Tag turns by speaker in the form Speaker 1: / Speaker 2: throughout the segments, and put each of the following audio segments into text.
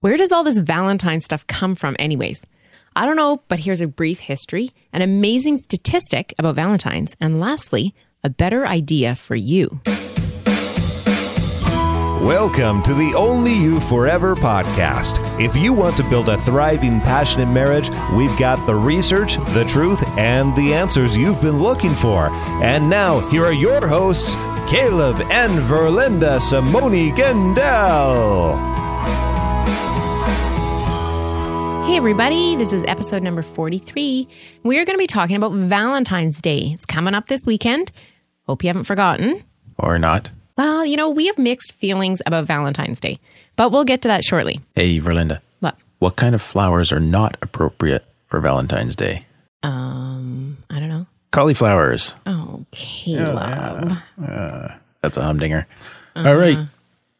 Speaker 1: Where does all this Valentine stuff come from, anyways? I don't know, but here's a brief history, an amazing statistic about Valentines, and lastly, a better idea for you.
Speaker 2: Welcome to the Only You Forever podcast. If you want to build a thriving, passionate marriage, we've got the research, the truth, and the answers you've been looking for. And now, here are your hosts, Caleb and Verlinda Simone Gendel.
Speaker 1: Hey, everybody, this is episode number 43. We are going to be talking about Valentine's Day. It's coming up this weekend. Hope you haven't forgotten.
Speaker 3: Or not.
Speaker 1: Well, you know, we have mixed feelings about Valentine's Day, but we'll get to that shortly.
Speaker 3: Hey, Verlinda,
Speaker 1: But
Speaker 3: what kind of flowers are not appropriate for Valentine's Day?
Speaker 1: um, I don't know.
Speaker 3: Cauliflowers.
Speaker 1: Oh, Caleb.
Speaker 3: That's a humdinger. All right.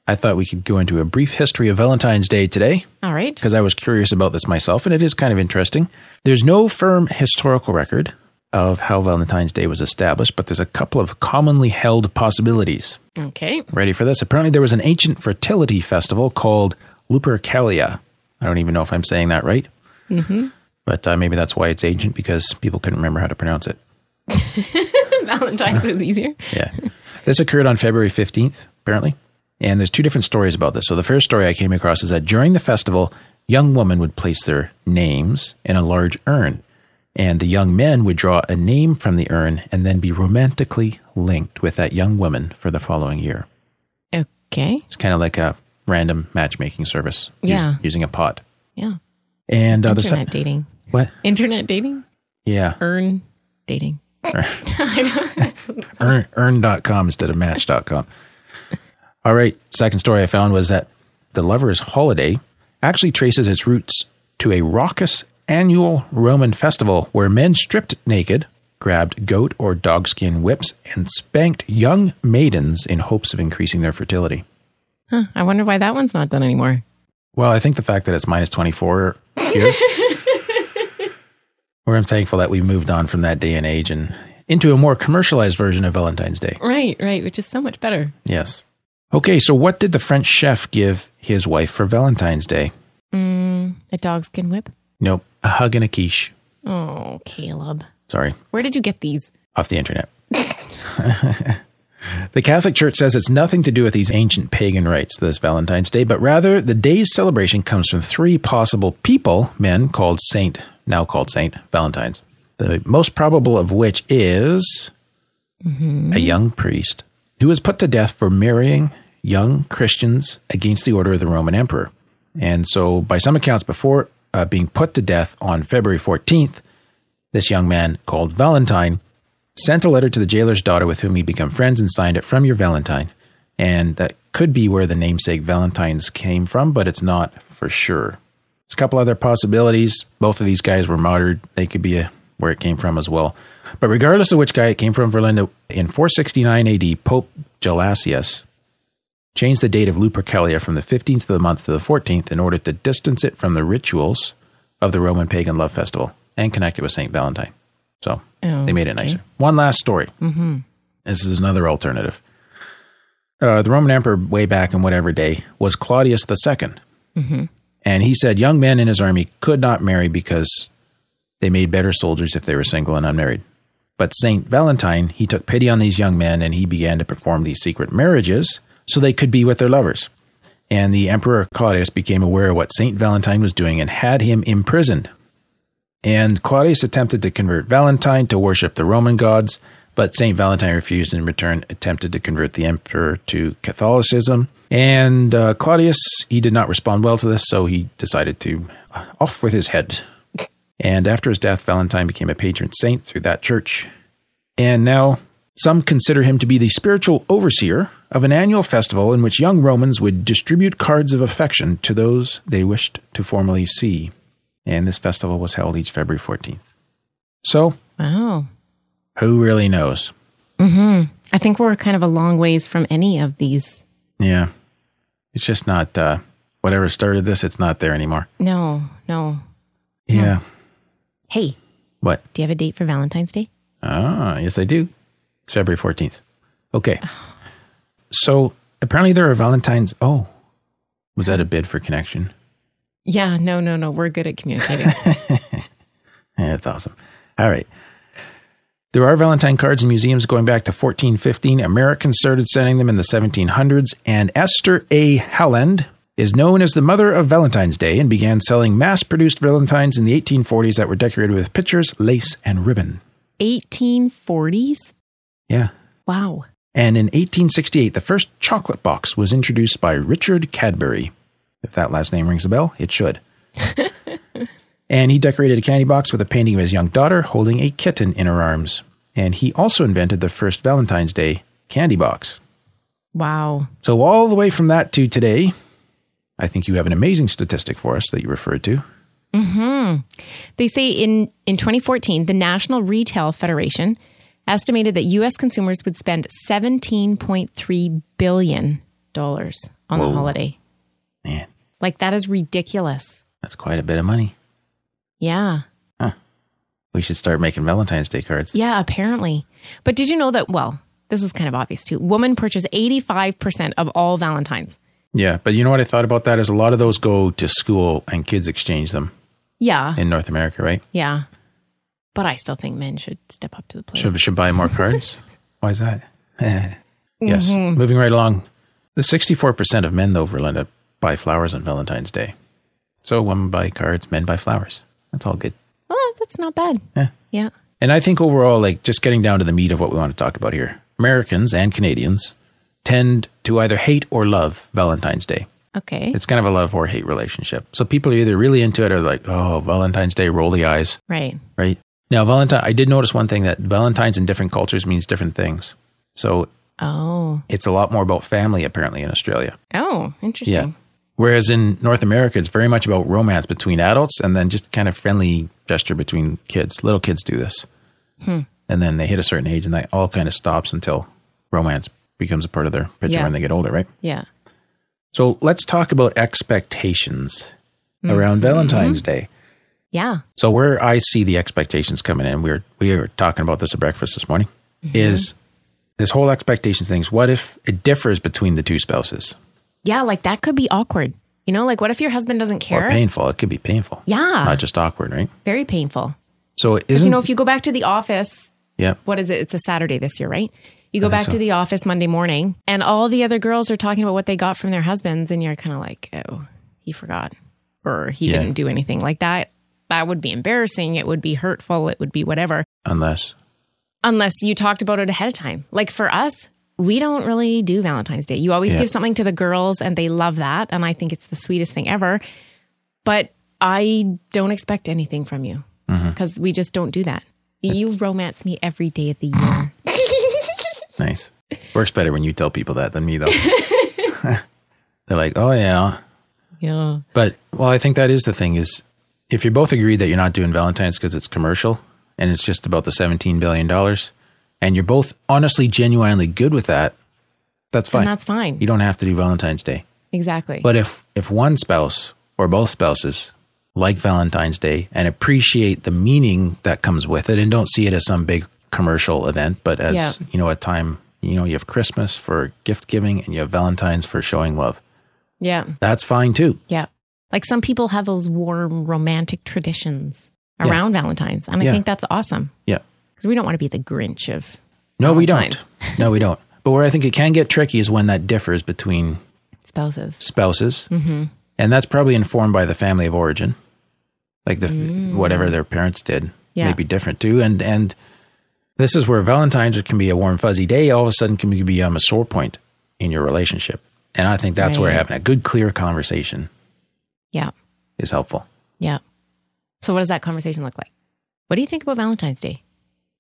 Speaker 3: I thought we could go into a brief history of Valentine's Day today
Speaker 1: All right.
Speaker 3: because I was curious about this myself and it is kind of interesting. There's no firm historical record of how Valentine's Day was established, but there's a couple of commonly held possibilities.
Speaker 1: Okay.
Speaker 3: Ready for this? Apparently, there was an ancient fertility festival called Lupercalia. I don't even know if I'm saying that right. Mm-hmm. But uh, maybe that's why it's ancient because people couldn't remember how to pronounce it.
Speaker 1: Valentine's was easier.
Speaker 3: Yeah. this occurred on February 15th, apparently. And there's two different stories about this. So the first story I came across is that during the festival, young women would place their names in a large urn, and the young men would draw a name from the urn and then be romantically linked with that young woman for the following year.
Speaker 1: Okay.
Speaker 3: It's kind of like a random matchmaking service. us-
Speaker 1: Yeah.
Speaker 3: using a pot.
Speaker 1: Yeah.
Speaker 3: And uh, the
Speaker 1: Internet
Speaker 3: se-
Speaker 1: dating.
Speaker 3: what?
Speaker 1: Internet dating?
Speaker 3: Yeah.
Speaker 1: Earn dating.
Speaker 3: Earn, earn.com instead of match.com. All right. Second story I found was that the lover's holiday actually traces its roots to a raucous annual Roman festival where men stripped naked, grabbed goat or dogskin whips, and spanked young maidens in hopes of increasing their fertility.
Speaker 1: Huh, I wonder why that one's not done anymore.
Speaker 3: Well, I think the fact that it's minus 24 here, where I'm thankful that we moved on from that day and age and into a more commercialized version of Valentine's Day.
Speaker 1: Right, right, which is so much better.
Speaker 3: Yes. Okay, so what did the French chef give his wife for Valentine's Day?
Speaker 1: Mm, a dog skin whip?
Speaker 3: Nope, a hug and a quiche.
Speaker 1: Oh, Caleb.
Speaker 3: Sorry,
Speaker 1: Where did you get these?
Speaker 3: off the internet. the Catholic Church says it's nothing to do with these ancient pagan rites, this Valentine's Day, but rather the day's celebration comes from three possible people, men called Saint, now called Saint Valentine's, the most probable of which is a young priest who was put to death for marrying young Christians against the order of the Roman emperor. And so, by some accounts, before uh, being put to death on February 14th, this young man called Valentine sent a letter to the jailer's daughter with whom he'd become friends and signed it from your Valentine. And that could be where the namesake Valentine's came from, but it's not for sure. There's a couple other possibilities. Both of these guys were martyred. They could be uh where it came from as well. But regardless of which guy it came from, Verlinda, in 469 AD, Pope Gelasius changed the date of Lupercalia from the 15th of the month to the 14th in order to distance it from the rituals of the Roman pagan love festival and connect it with St. Valentine. So
Speaker 1: Oh,
Speaker 3: they made it
Speaker 1: okay.
Speaker 3: nicer. One last story. Mm-hmm. This is another alternative. Uh, the Roman emperor, way back in whatever day, was Claudius II. And he said young men in his army could not marry because they made better soldiers if they were single and unmarried. But Saint Valentine, he took pity on these young men and he began to perform these secret marriages so they could be with their lovers. And the Emperor Claudius became aware of what Saint Valentine was doing and had him imprisoned. And Claudius attempted to convert Valentine to worship the Roman gods, but Saint Valentine refused and in return attempted to convert the emperor to Catholicism. And uh, Claudius, he did not respond well to this, so he decided to uh, off with his head. And after his death, Valentine became a patron saint through that church. And now some consider him to be the spiritual overseer of an annual festival in which young Romans would distribute cards of affection to those they wished to formally see. And this festival was held each February 14th. So,
Speaker 1: Wow.
Speaker 3: who really knows?
Speaker 1: I think we're kind of a long ways from any of these.
Speaker 3: Yeah. It's just not, uh, whatever started this, it's not there anymore.
Speaker 1: No, no.
Speaker 3: Yeah.
Speaker 1: Hey,
Speaker 3: What?
Speaker 1: do you have a date for Valentine's Day?
Speaker 3: Ah, yes, I do. It's February 14th. Okay. So apparently there are Valentine's. Oh, was that a bid for connection?
Speaker 1: Yeah, no, no, no. We're good at communicating.
Speaker 3: Yeah, that's awesome. All right. There are Valentine cards in museums going back to 1415. Americans started sending them in the 1700s, and Esther A. Howland is known as the mother of Valentine's Day and began selling mass produced Valentines in the 1840s that were decorated with pictures, lace, and ribbon.
Speaker 1: 1840s?
Speaker 3: Yeah.
Speaker 1: Wow.
Speaker 3: And in 1868, the first chocolate box was introduced by Richard Cadbury. If that last name rings a bell, it should. and he decorated a candy box with a painting of his young daughter holding a kitten in her arms. And he also invented the first Valentine's Day candy box.
Speaker 1: Wow.
Speaker 3: So, all the way from that to today, I think you have an amazing statistic for us that you referred to.
Speaker 1: They say in, in 2014, the National Retail Federation estimated that U.S. consumers would spend $17.3 billion on the holiday.
Speaker 3: Man,
Speaker 1: Like, that is ridiculous.
Speaker 3: that's quite a bit of money.
Speaker 1: Yeah.
Speaker 3: We should start making Valentine's Day cards.
Speaker 1: Yeah, apparently. But did you know that? Well, this is kind of obvious too. Women purchase 85% of all Valentines.
Speaker 3: Yeah, but you know what I thought about that is a lot of those go to school and kids exchange them
Speaker 1: Yeah.
Speaker 3: in North America, right?
Speaker 1: Yeah. But I still think men should step up to the plate.
Speaker 3: Should should buy more cards. Why is that? Eh. yes. Moving right along. The sixty-four percent of men, though, Verlinda, buy flowers on Valentine's Day. So women buy cards, men buy flowers. That's all good.
Speaker 1: Well, that's not bad.
Speaker 3: Yeah.
Speaker 1: Yeah.
Speaker 3: And I think overall, like just getting down to the meat of what we want to talk about here, Americans and Canadians tend to either hate or love Valentine's Day.
Speaker 1: Okay.
Speaker 3: It's kind of a love or hate relationship. So people are either really into it or like, oh, Valentine's Day, roll the eyes,
Speaker 1: right.
Speaker 3: right? Now, Valentine, I did notice one thing that Valentine's in different cultures means different things. So
Speaker 1: Oh.
Speaker 3: it's a lot more about family apparently in Australia.
Speaker 1: Oh,
Speaker 3: Yeah.
Speaker 1: interesting.
Speaker 3: Whereas in North America, it's very much about romance between adults and then just kind of friendly gesture between kids. Little kids do this.
Speaker 1: Hmm.
Speaker 3: And then they hit a certain age and that all kind of stops until romance becomes a part of their picture
Speaker 1: Yeah.
Speaker 3: when they get older, right?
Speaker 1: Yeah.
Speaker 3: So let's talk about expectations
Speaker 1: Mm-hmm.
Speaker 3: around Valentine's Day.
Speaker 1: Yeah.
Speaker 3: So where I see the expectations coming in, we were we were talking about this at breakfast this morning,
Speaker 1: Mm-hmm.
Speaker 3: is this whole expectations things. What if it differs between the two spouses?
Speaker 1: Yeah. Like that could be awkward. You know, like what if your husband doesn't
Speaker 3: Or
Speaker 1: care?
Speaker 3: painful. It could be painful.
Speaker 1: Yeah.
Speaker 3: Not just awkward, right?
Speaker 1: Very painful.
Speaker 3: So it
Speaker 1: 'Cause,
Speaker 3: isn't
Speaker 1: You know, if you go back to the office
Speaker 3: yeah.
Speaker 1: what is it? It's a Saturday this year, right? You go back to the office Monday morning, and all the other girls are talking about what they got from their husbands, and you're kind of like, oh, he forgot, or he
Speaker 3: Yeah.
Speaker 1: didn't do anything like that. That would be embarrassing. It would be hurtful. It would be whatever,
Speaker 3: Unless
Speaker 1: unless you talked about it ahead of time. Like for us, we don't really do Valentine's Day. You always
Speaker 3: Yeah.
Speaker 1: give something to the girls, and they love that. And I think it's the sweetest thing ever. But I don't expect anything from you
Speaker 3: Mm-hmm.
Speaker 1: because we just don't do that. You romance me every day of the year.
Speaker 3: nice. Works better when you tell people that than me though. They're like, Oh yeah.
Speaker 1: Yeah.
Speaker 3: But well, I think that is the thing is if you both agree that you're not doing Valentine's because it's commercial and it's just about the $17 billion and you're both honestly, genuinely good with that, that's fine.
Speaker 1: And that's fine.
Speaker 3: you don't have to do Valentine's Day.
Speaker 1: exactly.
Speaker 3: But if, if one spouse or both spouses like Valentine's Day and appreciate the meaning that comes with it and don't see it as some big commercial event, but as,
Speaker 1: Yeah.
Speaker 3: you know, a time, you know, you have Christmas for gift giving and you have Valentine's for showing love.
Speaker 1: yeah.
Speaker 3: That's fine too.
Speaker 1: Yeah. Like some people have those warm romantic traditions around Valentine's. And I
Speaker 3: Yeah.
Speaker 1: think that's awesome
Speaker 3: Yeah.
Speaker 1: because we don't want to be the Grinch of.
Speaker 3: No, we don't.
Speaker 1: Valentine's.
Speaker 3: No, we don't. But where I think it can get tricky is when that differs between
Speaker 1: Spouses.
Speaker 3: spouses,
Speaker 1: Mm-hmm.
Speaker 3: and that's probably informed by the family of origin, like the whatever their parents did
Speaker 1: Mm. Yeah.
Speaker 3: may be different too. And and this is where Valentine's can be a warm fuzzy day. All of a sudden, can be- become a sore point in your relationship. And I think that's where
Speaker 1: Right.
Speaker 3: having a good, clear conversation
Speaker 1: Yeah.
Speaker 3: is helpful.
Speaker 1: Yeah. So, what does that conversation look like? What do you think about Valentine's Day?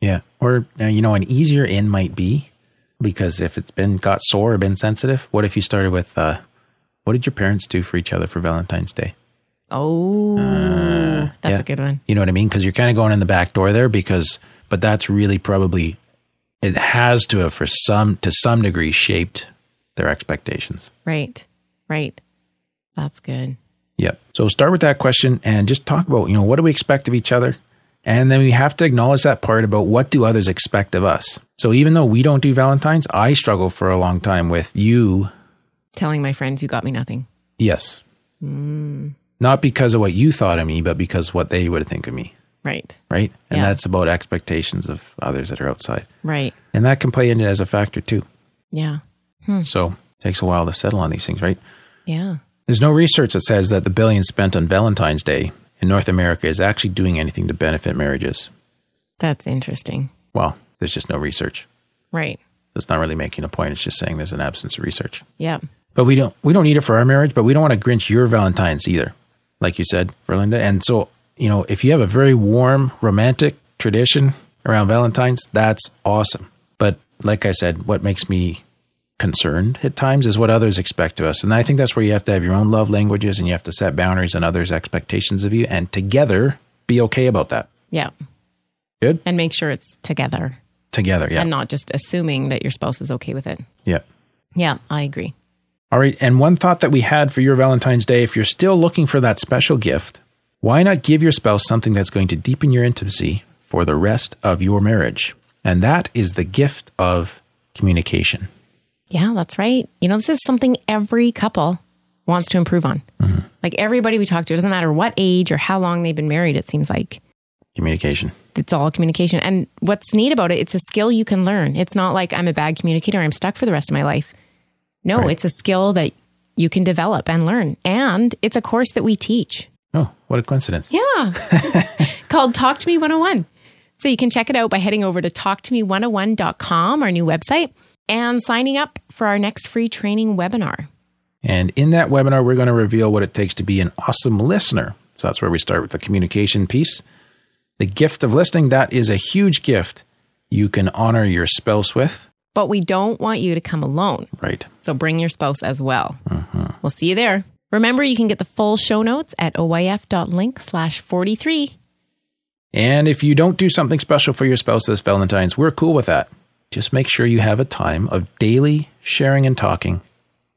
Speaker 3: Yeah. Or, uh, you know, an easier in might be because if it's been got sore or been sensitive, what if you started with, uh, what did your parents do for each other for Valentine's Day?
Speaker 1: Oh, that's
Speaker 3: Uh, yeah.
Speaker 1: a good one.
Speaker 3: You know what I mean? Because you're kind of going in the back door there because, but that's really probably, it has to have for some, to some degree shaped their expectations.
Speaker 1: Right. Right. That's good.
Speaker 3: Yep. So start with that question and just talk about, you know, what do we expect of each other? And then we have to acknowledge that part about what do others expect of us. So even though we don't do Valentine's, I struggle for a long time with you.
Speaker 1: Telling my friends you got me nothing.
Speaker 3: Yes. not because of what you thought of me, but because what they would think of me,
Speaker 1: Right.
Speaker 3: right? And
Speaker 1: Yeah.
Speaker 3: that's about expectations of others that are outside.
Speaker 1: Right.
Speaker 3: And that can play into as a factor too.
Speaker 1: Yeah.
Speaker 3: So it takes a while to settle on these things, right?
Speaker 1: Yeah.
Speaker 3: There's no research that says that the billion spent on Valentine's Day in North America is actually doing anything to benefit marriages.
Speaker 1: That's interesting.
Speaker 3: Well, there's just no research.
Speaker 1: Right.
Speaker 3: It's not really making a point. It's just saying there's an absence of research.
Speaker 1: Yeah.
Speaker 3: But we don't we don't need it for our marriage, but we don't want to grinch your Valentine's either, like you said, Verlinda. And so, you know, if you have a very warm romantic tradition around Valentine's, that's awesome. But like I said, what makes me concerned at times is what others expect of us. And I think that's where you have to have your own love languages and you have to set boundaries on others' expectations of you and together be okay about that.
Speaker 1: Yeah.
Speaker 3: Good?
Speaker 1: And make sure it's together
Speaker 3: Together, yeah.
Speaker 1: and not just assuming that your spouse is okay with it.
Speaker 3: yeah.
Speaker 1: Yeah, I agree.
Speaker 3: All right. And one thought that we had for your Valentine's Day if you're still looking for that special gift, why not give your spouse something that's going to deepen your intimacy for the rest of your marriage? And that is the gift of communication.
Speaker 1: Yeah, that's right. You know, this is something every couple wants to improve on. Like everybody we talk to, it doesn't matter what age or how long they've been married, it seems like
Speaker 3: Communication.
Speaker 1: it's all communication. And what's neat about it, it's a skill you can learn. It's not like I'm a bad communicator, I'm stuck for the rest of my life. No,
Speaker 3: Right.
Speaker 1: it's a skill that you can develop and learn. And it's a course that we teach.
Speaker 3: Oh, what a coincidence.
Speaker 1: Yeah. Called Talk to Me 101. So you can check it out by heading over to talktome101.com, our new website, and signing up for our next free training webinar.
Speaker 3: And in that webinar, we're going to reveal what it takes to be an awesome listener. So that's where we start with the communication piece. The gift of listening, that is a huge gift you can honor your spouse with.
Speaker 1: But we don't want you to come alone.
Speaker 3: Right.
Speaker 1: So bring your spouse as well. We'll see you there. Remember, you can get the full show notes at oyf.link slash 43.
Speaker 3: And if you don't do something special for your spouse this Valentine's, we're cool with that. Just make sure you have a time of daily sharing and talking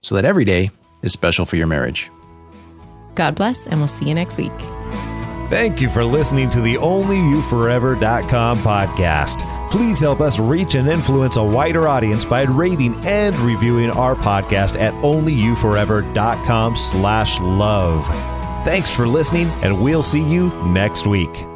Speaker 3: so that every day is special for your marriage.
Speaker 1: God bless, and we'll see you next week.
Speaker 2: Thank you for listening to the OnlyYouForever.com podcast. Please help us reach and influence a wider audience by rating and reviewing our podcast at OnlyYouForever.com slash love. Thanks for listening, and we'll see you next week.